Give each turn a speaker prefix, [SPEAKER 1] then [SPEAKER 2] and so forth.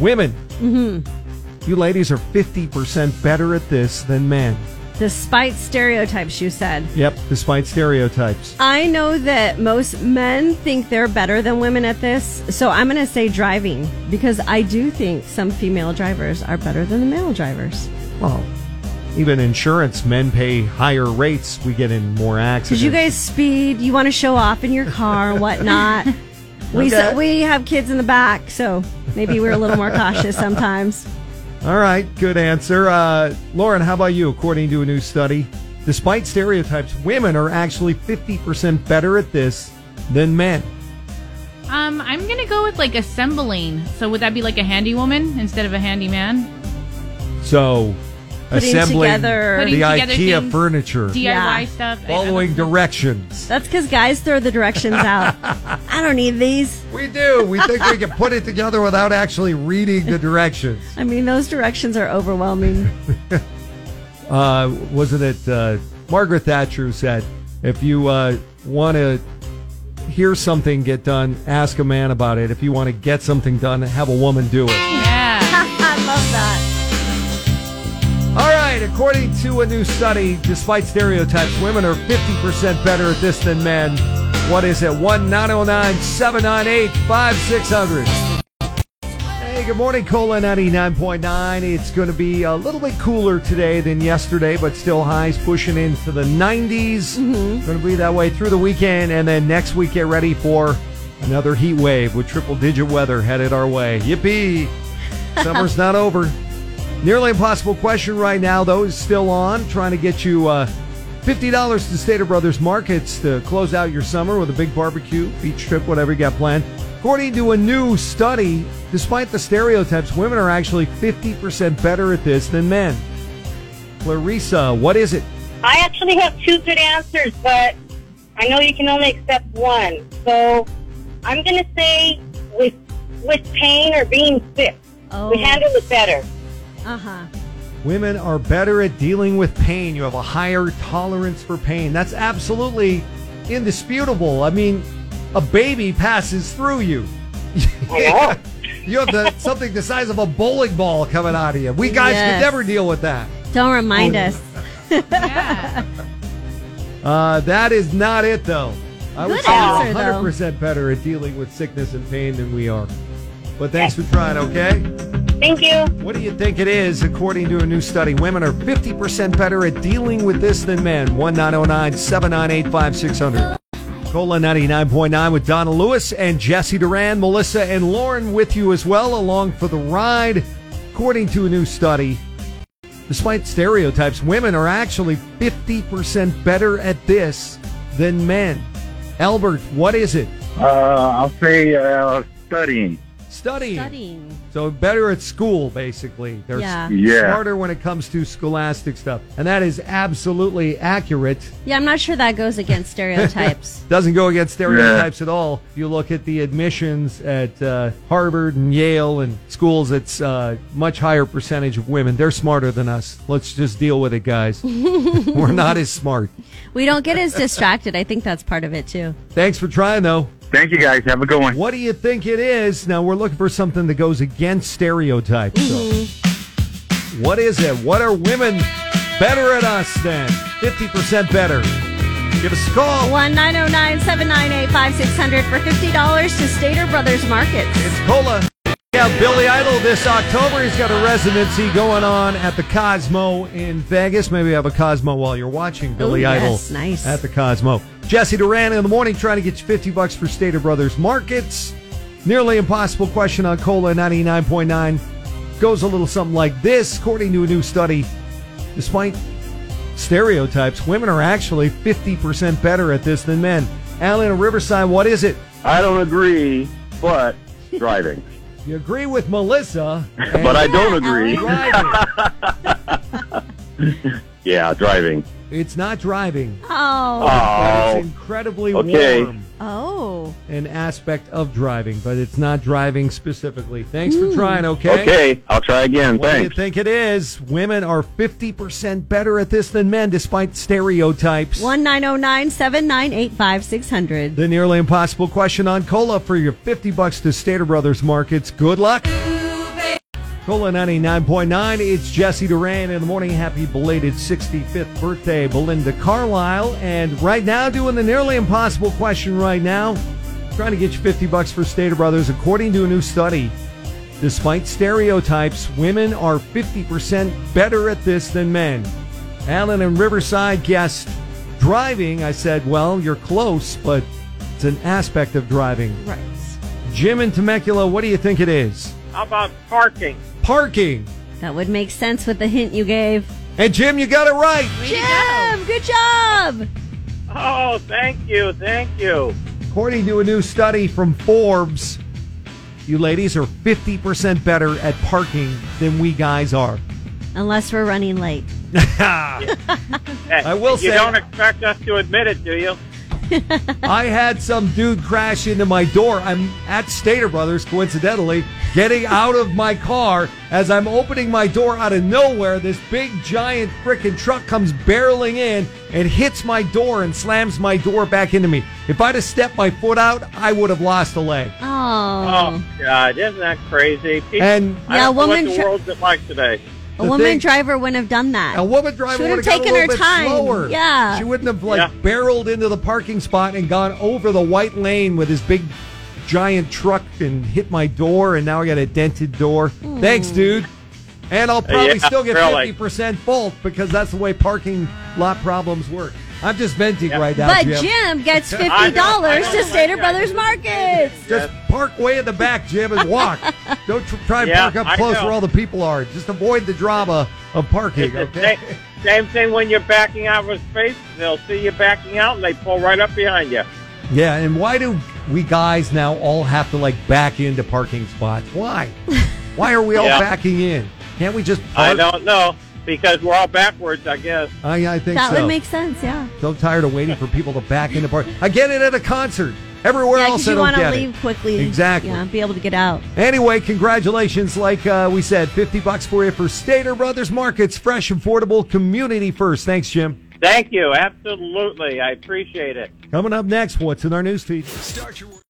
[SPEAKER 1] Women,
[SPEAKER 2] Mm-hmm.
[SPEAKER 1] you ladies are 50% better at this than men.
[SPEAKER 2] Despite stereotypes, you said.
[SPEAKER 1] Yep, despite stereotypes.
[SPEAKER 2] I know that most men think they're better than women at this, so I'm going to say driving because I do think some female drivers are better than the male drivers.
[SPEAKER 1] Well, even insurance, men pay higher rates. We get in more accidents.
[SPEAKER 2] Because you guys speed, you want to show off in your car and whatnot. We
[SPEAKER 1] Okay.
[SPEAKER 2] so, we have kids in the back, so maybe we're a little more cautious sometimes.
[SPEAKER 1] All right, good answer. Uh, Lauren, how about you? According to a new study, despite stereotypes, women are actually 50% better at this than men.
[SPEAKER 3] Um, I'm gonna go with like assembling. So would that be like a handy woman instead of a handyman?
[SPEAKER 1] So,
[SPEAKER 2] Putting
[SPEAKER 1] assembling
[SPEAKER 2] together-
[SPEAKER 1] the
[SPEAKER 3] Putting together
[SPEAKER 1] IKEA
[SPEAKER 3] things.
[SPEAKER 1] furniture,
[SPEAKER 3] DIY
[SPEAKER 2] Yeah.
[SPEAKER 3] stuff.
[SPEAKER 1] following directions.
[SPEAKER 2] That's because guys throw the directions out. I don't need these.
[SPEAKER 1] We do. We think we can put it together without actually reading the directions.
[SPEAKER 2] I mean, those directions are overwhelming.
[SPEAKER 1] uh, wasn't it uh, Margaret Thatcher who said, if you uh, want to hear something get done, ask a man about it. If you want to get something done, have a woman do it.
[SPEAKER 3] Yeah.
[SPEAKER 2] I love that.
[SPEAKER 1] All right, according to a new study, despite stereotypes, women are 50% better at this than men. What is it? oh 1 798 5600. Hey, good morning, Cola 99.9. It's going to be a little bit cooler today than yesterday, but still highs pushing into the 90s. Going to be that way through the weekend, and then next week, get ready for another heat wave with triple digit weather headed our way. Yippee! Summer's not over. Nearly impossible question right now, though, is still on. Trying to get you uh, $50 to Stater Brothers Markets to close out your summer with a big barbecue, beach trip, whatever you got planned. According to a new study, despite the stereotypes, women are actually 50% better at this than men. Clarissa, what is it?
[SPEAKER 4] I actually have two good answers, but I know you can only accept one. So I'm going to say with with pain or being sick,
[SPEAKER 2] Oh.
[SPEAKER 4] we handle it better.
[SPEAKER 2] Uh huh.
[SPEAKER 1] Women are better at dealing with pain. You have a higher tolerance for pain. That's absolutely indisputable. I mean, a baby passes through you.
[SPEAKER 4] I know.
[SPEAKER 1] You have the, something the size of a bowling ball coming out of you. We guys could
[SPEAKER 2] Yes.
[SPEAKER 1] never deal with that.
[SPEAKER 2] Don't remind us.
[SPEAKER 3] yeah.
[SPEAKER 1] Uh, that is not it, though. I would
[SPEAKER 2] Good
[SPEAKER 1] say
[SPEAKER 2] answer,
[SPEAKER 1] we're
[SPEAKER 2] though.
[SPEAKER 1] 100% better at dealing with sickness and pain than we are. But thanks for trying, okay?
[SPEAKER 4] Thank you.
[SPEAKER 1] What do you think it is? According to a new study, women are 50% better at dealing with this than men. 1909 798 5600. Cola 99.9 with Donna Lewis and Jesse Duran, Melissa and Lauren with you as well, along for the ride. According to a new study, despite stereotypes, women are actually 50% better at this than men. Albert, what is it?
[SPEAKER 5] Uh, I'll say uh, studying.
[SPEAKER 1] Studying.
[SPEAKER 2] Studying.
[SPEAKER 1] So better at school, basically. They're
[SPEAKER 2] Yeah.
[SPEAKER 5] Yeah.
[SPEAKER 1] smarter when it comes to scholastic stuff. And that is absolutely accurate.
[SPEAKER 2] Yeah, I'm not sure that goes against stereotypes.
[SPEAKER 1] Doesn't go against stereotypes at all. If you look at the admissions at uh, Harvard and Yale and schools, it's uh, much higher percentage of women. They're smarter than us. Let's just deal with it, guys. We're not as smart.
[SPEAKER 2] we don't get as distracted. I think that's part of it too.
[SPEAKER 1] Thanks for trying, though.
[SPEAKER 5] Thank you guys. Have a good one.
[SPEAKER 1] What do you think it is? Now we're looking for something that goes against stereotypes. so. What is it? What are women better at us than? 50% better. Give us a call.
[SPEAKER 2] One nine zero nine seven nine eight five six hundred for fifty dollars to Stater Brothers Markets.
[SPEAKER 1] It's Cola. Yeah, Billy Idol this October. He's got a residency going on at the Cosmo in Vegas. Maybe have a Cosmo while you're watching Billy
[SPEAKER 2] Ooh,
[SPEAKER 1] Idol.
[SPEAKER 2] yes, nice.
[SPEAKER 1] At the Cosmo. Jesse Duran in the morning trying to get you 50 bucks for Stater Brothers Markets. Nearly impossible question on Cola 99.9 goes a little something like this. According to a new study, despite stereotypes, women are actually 50% better at this than men. Alan in Riverside, what is it?
[SPEAKER 5] I don't agree, but driving.
[SPEAKER 1] You agree with Melissa, and
[SPEAKER 5] but I don't agree.
[SPEAKER 1] driving.
[SPEAKER 5] Yeah, driving.
[SPEAKER 1] it's not driving.
[SPEAKER 2] Oh,
[SPEAKER 1] but
[SPEAKER 5] Oh,
[SPEAKER 1] it's incredibly
[SPEAKER 5] Okay.
[SPEAKER 1] warm,
[SPEAKER 2] oh,
[SPEAKER 1] an aspect of driving, but it's not driving specifically. Thanks for trying, okay?
[SPEAKER 5] Oh, okay. I'll try again.
[SPEAKER 1] What do you
[SPEAKER 5] Thanks.
[SPEAKER 1] think it is? Women are 50% better at this than men, despite stereotypes.
[SPEAKER 2] one nine zero nine seven nine eight five six hundred.
[SPEAKER 1] The nearly impossible question on cola for your 50 bucks to Stater Brothers Markets. Good luck. Cola 99.9, it's Jesse Duran in the morning. Happy belated 65th birthday, Belinda Carlisle. And right now, doing the nearly impossible question right now, trying to get you 50 bucks for Stater Brothers. According to a new study, despite stereotypes, women are 50% better at this than men. Alan and Riverside guessed driving. I said, well, you're close, but it's an aspect of driving.
[SPEAKER 2] Right.
[SPEAKER 1] Jim in Temecula, what do you think it is?
[SPEAKER 6] How about parking?
[SPEAKER 1] Parking.
[SPEAKER 2] That would make sense with the hint you gave.
[SPEAKER 1] And Jim, you got it right.
[SPEAKER 2] Jim, good job.
[SPEAKER 6] Oh, thank you, thank you.
[SPEAKER 1] According to a new study from Forbes, you ladies are 50% better at parking than we guys are.
[SPEAKER 2] Unless we're running late.
[SPEAKER 6] Hey,
[SPEAKER 1] I will
[SPEAKER 6] you
[SPEAKER 1] say-
[SPEAKER 6] don't expect us to admit it, do you?
[SPEAKER 1] I had some dude crash into my door. I'm at Stater Brothers, coincidentally, getting out of my car. As I'm opening my door out of nowhere, this big, giant frickin' truck comes barreling in and hits my door and slams my door back into me. If I'd have stepped my foot out, I would have lost a leg.
[SPEAKER 2] Oh.
[SPEAKER 6] Oh, God, isn't that crazy? People,
[SPEAKER 1] And-
[SPEAKER 6] I
[SPEAKER 2] Yeah,
[SPEAKER 6] don't know
[SPEAKER 2] woman
[SPEAKER 6] what the
[SPEAKER 2] tr-
[SPEAKER 6] world's it like today.
[SPEAKER 2] a
[SPEAKER 1] the
[SPEAKER 2] woman
[SPEAKER 1] thing-
[SPEAKER 2] driver wouldn't have done that.
[SPEAKER 1] A woman driver
[SPEAKER 2] Should
[SPEAKER 1] would have
[SPEAKER 2] have
[SPEAKER 1] got a
[SPEAKER 2] taken
[SPEAKER 1] little
[SPEAKER 2] her
[SPEAKER 1] bit
[SPEAKER 2] time.
[SPEAKER 1] slower.
[SPEAKER 2] Yeah.
[SPEAKER 1] she wouldn't have like
[SPEAKER 6] Yeah.
[SPEAKER 1] barreled into the parking spot and gone over the white lane with his big giant truck and hit my door, and now I got a dented door.
[SPEAKER 2] Hmm.
[SPEAKER 1] Thanks, dude. And I'll probably
[SPEAKER 6] Yeah,
[SPEAKER 1] still get
[SPEAKER 6] really.
[SPEAKER 1] fifty percent fault because that's the way parking lot problems work. I'm just venting right now,
[SPEAKER 2] But
[SPEAKER 1] Jim.
[SPEAKER 2] Jim gets $50
[SPEAKER 6] I know, I know,
[SPEAKER 2] to Stater
[SPEAKER 6] my God.
[SPEAKER 2] Brothers Markets.
[SPEAKER 1] Just park way in the back, Jim, and walk. Don't tr- try and
[SPEAKER 6] Yeah,
[SPEAKER 1] park up
[SPEAKER 6] I
[SPEAKER 1] close
[SPEAKER 6] know.
[SPEAKER 1] where all the people are. Just avoid the drama of parking.
[SPEAKER 6] It's the
[SPEAKER 1] Okay.
[SPEAKER 6] sa- same thing when you're backing out of a space. They'll see you backing out, and they pull right up behind you.
[SPEAKER 1] Yeah, and why do we guys now all have to like back into parking spots? Why? Why are we all
[SPEAKER 6] Yeah.
[SPEAKER 1] backing in? Can't we just? park?
[SPEAKER 6] I don't know because we're all backwards, I guess.
[SPEAKER 1] I, I think
[SPEAKER 2] That
[SPEAKER 1] so.
[SPEAKER 2] would make sense, yeah.
[SPEAKER 1] so tired of waiting for people to back into park. I get it at a concert. Everywhere
[SPEAKER 2] yeah,
[SPEAKER 1] else, I
[SPEAKER 2] you
[SPEAKER 1] don't
[SPEAKER 2] want to
[SPEAKER 1] get it.
[SPEAKER 2] leave quickly.
[SPEAKER 1] Exactly.
[SPEAKER 2] Yeah, be able to get out.
[SPEAKER 1] Anyway, congratulations. Like uh, we said, fifty bucks for you for Stater Brothers Markets, fresh, affordable, community first. Thanks, Jim.
[SPEAKER 6] Thank you, absolutely. I appreciate it.
[SPEAKER 1] Coming up next, what's in our news feed?
[SPEAKER 7] Start your